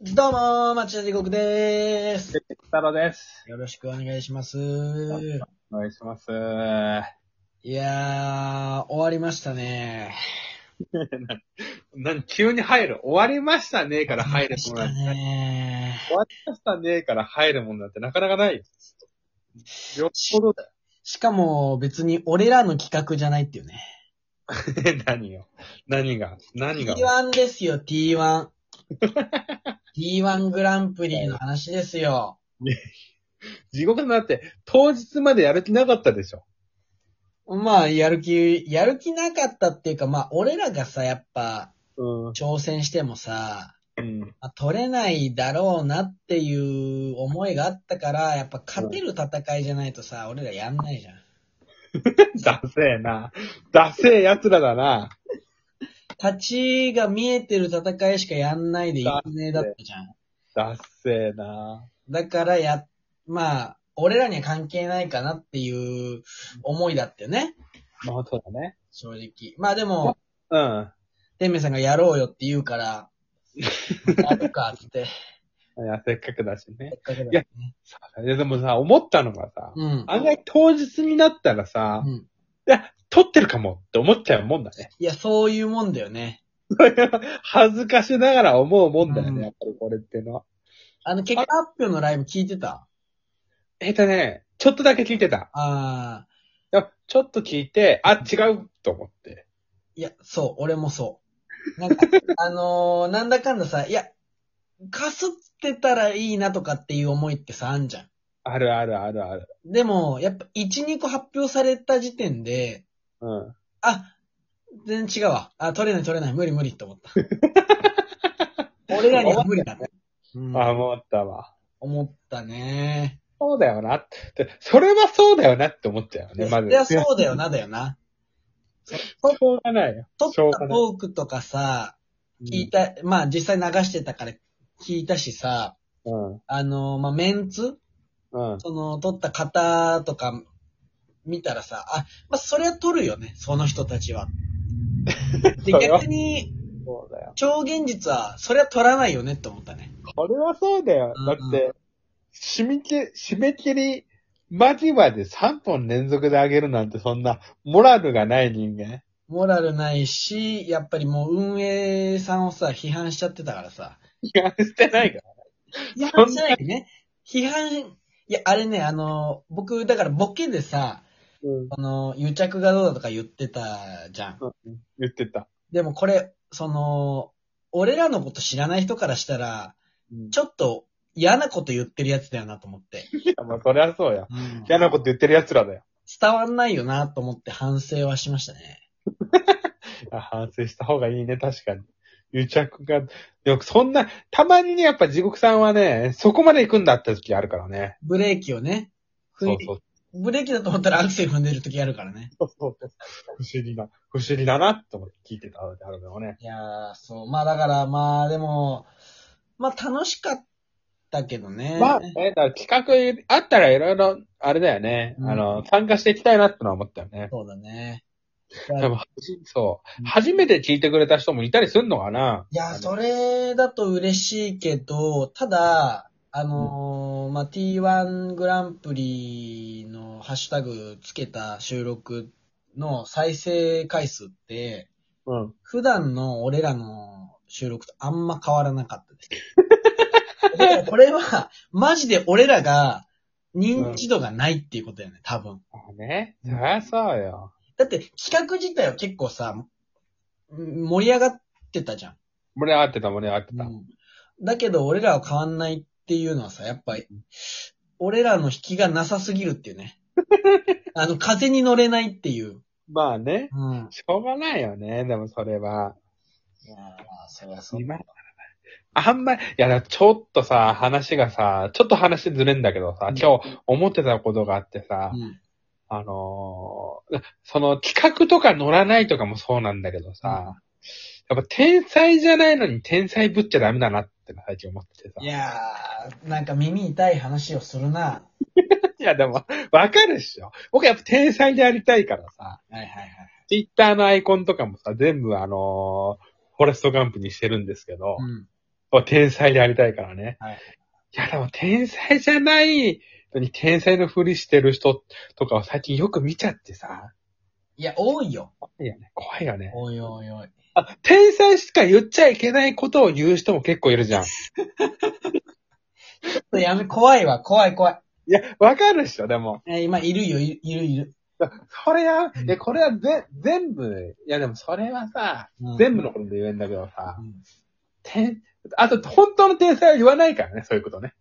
どうもー、町田地獄でーす。北田です。よろしくお願いします。お願いします。いやー、終わりましたね。なん急に入る。終わりましたねから入るしもんなたんて。ね 終わりましたねから入るもんなんてなかなかないよ。よっぽどだよ。しかも、別に俺らの企画じゃないっていうね。何よ。何が何が T1 ですよ、T1。T1 グランプリの話ですよ。地獄なんて当日までやる気なかったでしょ。まあ、やる気、やる気なかったっていうか、まあ、俺らがさ、やっぱ、うん。挑戦してもさ、うん。まあ取れないだろうなっていう思いがあったから、やっぱ勝てる戦いじゃないとさ、俺らやんないじゃん。ダセえな。ダセえ奴らだな。勝ちが見えてる戦いしかやんないでいだいねだったじゃん。ダセえな。だからや、まあ、俺らには関係ないかなっていう思いだったよね。まあ、そうだね。正直。まあでも、うん。てめさんがやろうよって言うから、やるかって。いや、せっかくだしね。せっかくだから いやねいやでもさ、思ったのがさ、うん。案外当日になったらさ、うん。撮ってるかもって思っちゃうもんだね。いや、そういうもんだよね。恥ずかしながら思うもんだようんね、やっぱりこれっていうのは。あの、結果発表のライブ聞いてたえっとね、ちょっとだけ聞いてた。ああ。いやちょっと聞いて、あ、違うと思って。いや、そう、俺もそう。なん か、あのーなんだかんださ、いや、かすってたらいいなとかっていう思いってさ、あんじゃん。あるあるあるある。でも、やっぱ、1、2個発表された時点で、うん。あ、全然違うわ。あ、取れない取れない、無理無理って 思った。俺らには無理だね。うんあ、思ったわ。思ったね。そうだよなって。でそれはそうだよなって思っちゃうよね、まず。いや、そうだよな、だよな。しょうがないよ。撮っしょうたがトない。ークとかさ、聞いた、まあ実際流してたから聞いたしさ、うん。あのーまあメンツうん。その、撮った方とか見たらさ、あ、まあ、それは撮るよね、その人たちは。で、そうよ逆に、そうだよ。超現実は、それは撮らないよねって思ったね。これはそうだよ。だって、締め切り、締め切り間際で3本連続で上げるなんてそんな、モラルがない人間。モラルないし、やっぱりもう運営さんをさ、批判しちゃってたからさ。批判してないから。批そん判なしないでね。批判、いや、あれね、あの、僕、だからボケでさ、うん。この、癒着がどうだとか言ってたじゃん。言ってた。でもこれ、その、俺らのこと知らない人からしたら、ちょっょっと嫌なこと言ってるやつだよなと思って。と、まあ、そりゃそうや。うん嫌なこと言ってる奴らだよ。伝わんないよなと思って反省はしましたね。あ反省した方がいいね、確かに。癒着が、よくそんな、たまにね、やっぱ地獄さんはね、そこまで行くんだって時あるからね。ブレーキをね。踏そうみそう。ブレーキだと思ったらアクセル踏んでる時あるからね。そうそう不思議な、不思議だな、と思って聞いてたのであるのよね。いやー、そう。まあだから、まあでも、まあ楽しかったけどね。まあ、ね、だから企画あったらいろいろ、あれだよね、うんあの、参加していきたいなってのは思ったよね。そうだね。多分、そう、うん初めて聞いてくれた人もいたりするのかないやー、それだと嬉しいけど、ただ、あのーまあ、T1 グランプリのハッシュタグつけた収録の再生回数って、うん。普段の俺らの収録とあんま変わらなかったです。だからこれは、マジで俺らが認知度がないっていうことだよね、多分。まあね。そりゃそうよ。だって企画自体は結構さ、うん盛り上がってたじゃん。盛り上がってた、盛り上がってた。うんだけど、俺らは変わんないっていうのはさ、やっぱり、俺らの引きがなさすぎるっていう ね。あの、風に乗れないっていう。まあね。うん。しょうがないよね。でもそれは。いやーまあ、そりゃそう。今あんまり、いや、だからちょっとさ、話がさ、ちょっと話ずれんだけどさ、うん今日思ってたことがあってさ、うん。あのーその企画とか乗らないとかもそうなんだけどさ、やっぱ天才じゃないのに天才ぶっちゃダメだなって最近思っててさ。いやー、なんか耳痛い話をするな。いやでも、わかるっしょ。僕やっぱ天才でありたいからさ、はいはいはい。ツイッターのアイコンとかもさ、全部あのーフォレストガンプにしてるんですけど、うん。を天才でありたいからね。はい。いや、でも天才じゃないのに天才のふりしてる人とかを最近よく見ちゃってさ。いや、多いよ。怖いよね。怖いよね。おいおいおい。あ、天才しか言っちゃいけないことを言う人も結構いるじゃん。いちょっとやめ、怖いわ、怖い怖い。や、わかるっしょ、でも。えー今、いるよ、いいるいる。それや、うんえ、これはぜ、全部、いやでもそれはさ、うん全部のことで言えんだけどさう、ん天、あと、本当の天才は言わないからね、そういうことね。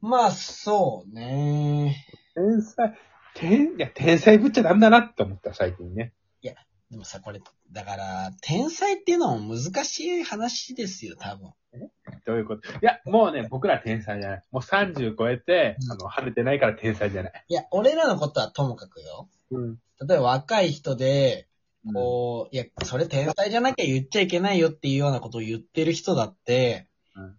まあ、そうね。天才、天、いや、天才ぶっちゃダメだなって思った、最近ね。でもさ、これ、だから、天才っていうのも難しい話ですよ、多分。どういうこといや、もうね、僕ら天才じゃない。もう30超えてう、んあの、晴れてないから天才じゃない。いや、俺らのことはともかくよ。うん。例えば若い人で、ここう、いや、それ天才じゃなきゃ言っちゃいけないよっていうようなことを言ってる人だって、うん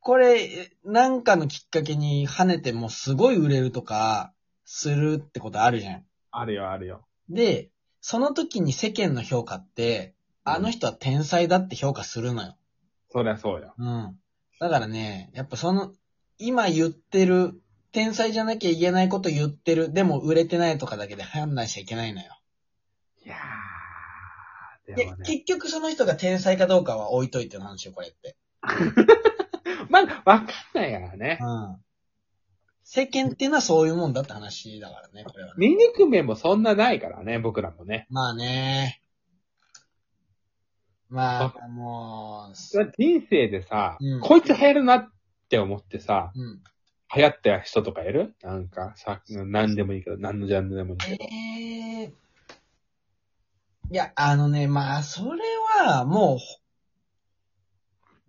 これ、えなんかのきっかけに跳ねてもうすごい売れるとか、するってことあるじゃん。あるよ、あるよ。で、その時に世間の評価って、あの人は天才だって評価するのよ。そりゃそうよ。うん。だからね、やっぱその、今言ってる、天才じゃなきゃ言えないこと言ってる、でも売れてないとかだけで判断しちゃいけないのよ。いやー、ででも、ね。結局その人が天才かどうかは置いといての話よ、これって。まだ、わかんないからねう。ん。世間っていうのはそういうもんだって話だからね、これはね。醜面もそんなないからね、僕らもね。まあね。まあ、もう、人生でさ、うんこいつ流行るなって思ってさ、うん。流行った人とかいるなんか、さ、何でもいいけど、何のジャンルでもいいけど。ええいや、あのね、まあ、それは、も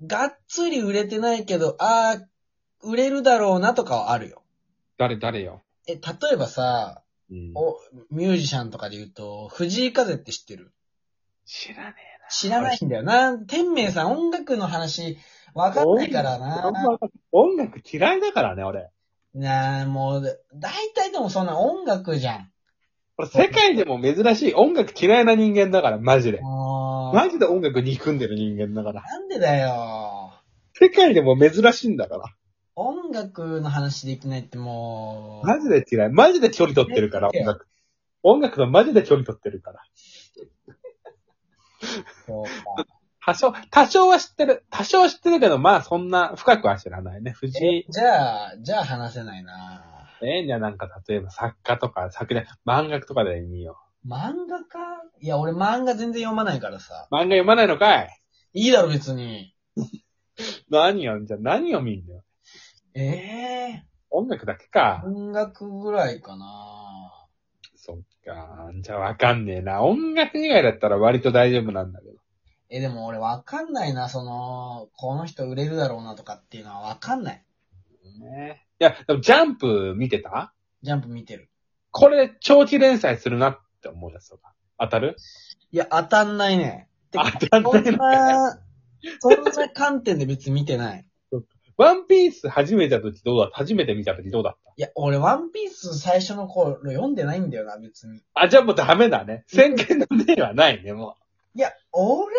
う、がっつり売れてないけど、ああ、売れるだろうなとかはあるよ。誰、誰よ。え、例えばさ、うんお、ミュージシャンとかで言うと、藤井風って知ってる知らね知らないんだよな。天明さん、音楽の話、わかんないからえな。あんな。ま音楽嫌いだからね、俺。なあ、もう、大体でもそんな音楽じゃん。俺、世界でも珍しい音楽嫌いな人間だから、マジで。もう、マジで音楽憎んでる人間だから。なんでだよ。世界でも珍しいんだから。音楽の話できないってもう、マジで嫌い。マジで距離取ってるから、音楽。音楽とマジで距離取ってるから。そうか多少、多少は知ってる。多少は知ってるけど、まあそんな深くは知らないね。藤え井、じゃあ、じゃあ話せないなえじゃあなんか例えば作家とか、作家、漫画とかで見よ漫画かいや、俺漫画全然読まないからさ。う。漫画読まないのかいいいだろ、別に。何を、じゃあ何を見んのよ。ええ音楽だけか。音楽ぐらいかなそっか。じゃあわかんねえな。音楽以外だったら割と大丈夫なんだけど。え、でも俺わかんないな、その、この人売れるだろうなとかっていうのはわかんない。ねいや、でもジャンプ見てたジャンプ見てる。これ長期連載するなって思うやつとか。当たるいや、当たんないね。てか当たんないそんのかい。な、そんな観点で別に見てない。ワンピース初めてた時どうだった初めて見た時どうだったいや、俺、ワンピース最初の頃読んでないんだよな、別に。あ、じゃあもうダメだね。先見の明はないね、もいや、俺が、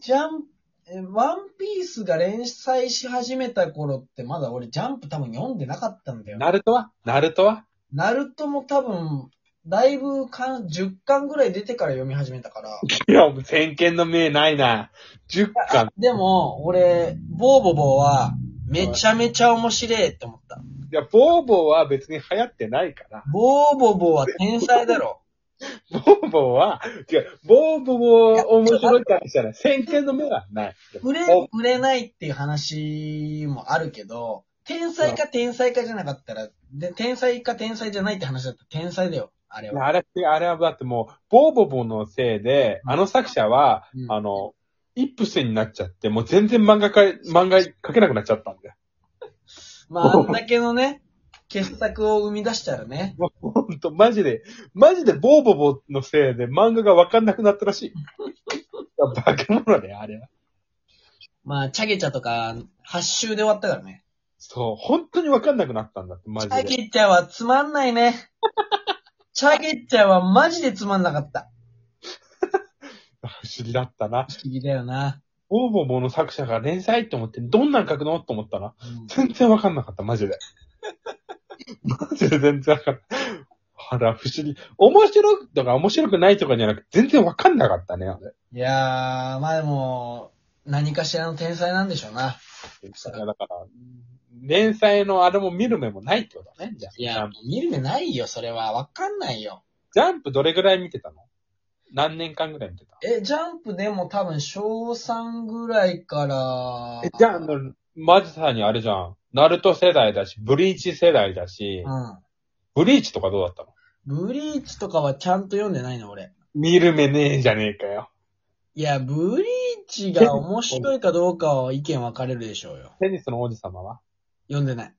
ジャンプ、えワンピースが連載し始めた頃って、まだ俺、ジャンプ多分読んでなかったんだう。よな。ナルトはナルトはナルトも多分、だいぶかん、10巻ぐらい出てから読み始めたから。いや、もう先見の明ないな。10巻。でも、俺、ボーボボーは、めちゃめちゃ面白いって思った。いや、ボーボーは別に流行ってないから。 ボーボボーは天才だろ。ボーボーは、違う、ボーボーは面白いからしたら、先見の明はない。売れボ、売れないっていう話もあるけど、天才か天才かじゃなかったら、で、天才か天才じゃないって話だったら天才だよ、あれいやは。あれって、あれはだってもう、ボーボーボーのせいで、あの作者は、うんあの、イップスになっちゃって、もう全然漫画か、漫画描けなくなっちゃったんだよ。まあ、あんだけのね、傑作を生み出したらね。もうほんと、マジで、マジでボーボーボーのせいで漫画がわかんなくなったらしい。いや化け物だよ、あれは。まあ、チャゲチャとか、8週で終わったからね。そう、本当にわかんなくなったんだって、マチジャで。ゲチャはつまんないね。 チャゲチャはマジでつまんなかった。不思議だったな。不思議だよな。ボーボーボーの作者が連載って思って、どんなん書くのと思ったら、うん全然わかんなかった、マジで。マジで全然わかんない。あら、不思議。面白くとか面白くないとかじゃなくて、全然わかんなかったね、あれ。いやー、まあでも、何かしらの天才なんでしょうな。だから、連載のあれも見る目もないってことね、じゃあ。いや、見る目ないよ、それは。わかんないよ。ジャンプどれぐらい見てたの何年間ぐらい見てたえ、ジャンプでも多分、小3ぐらいから。え、じゃあ、あの、マジさにあれじゃん。ナルト世代だし、ブリーチ世代だし、ブリーチとかどうだったのうん。ブリーチとかはちゃんと読んでないの、俺。見る目ねえじゃねえかよ。いや、ブリーチが面白いかどうかは意見分かれるでしょうよ。テニスの王子様は読んでない。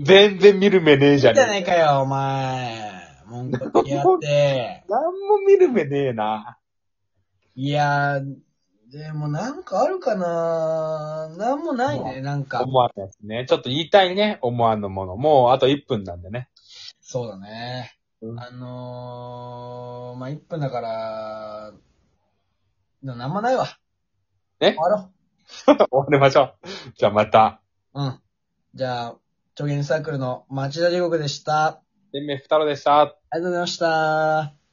全然見る目ねえじじゃゃねえねえか。かよ、お前。文句言ってやって。なんも見る目ねえな。いやー、でもなんかあるかななんもないね、なんか。思わぬやつね。ちょっと言いたいね。思わぬもの。もうあと1分なんでね。 そうだね。うんあのー、まあ、1分だから、でもなんもないわ。え終わろ終わりましょう。じゃあまた。う。うん。じゃあ、超限サークルの町田地獄でした。天命ふたろでした。ありがとうございました。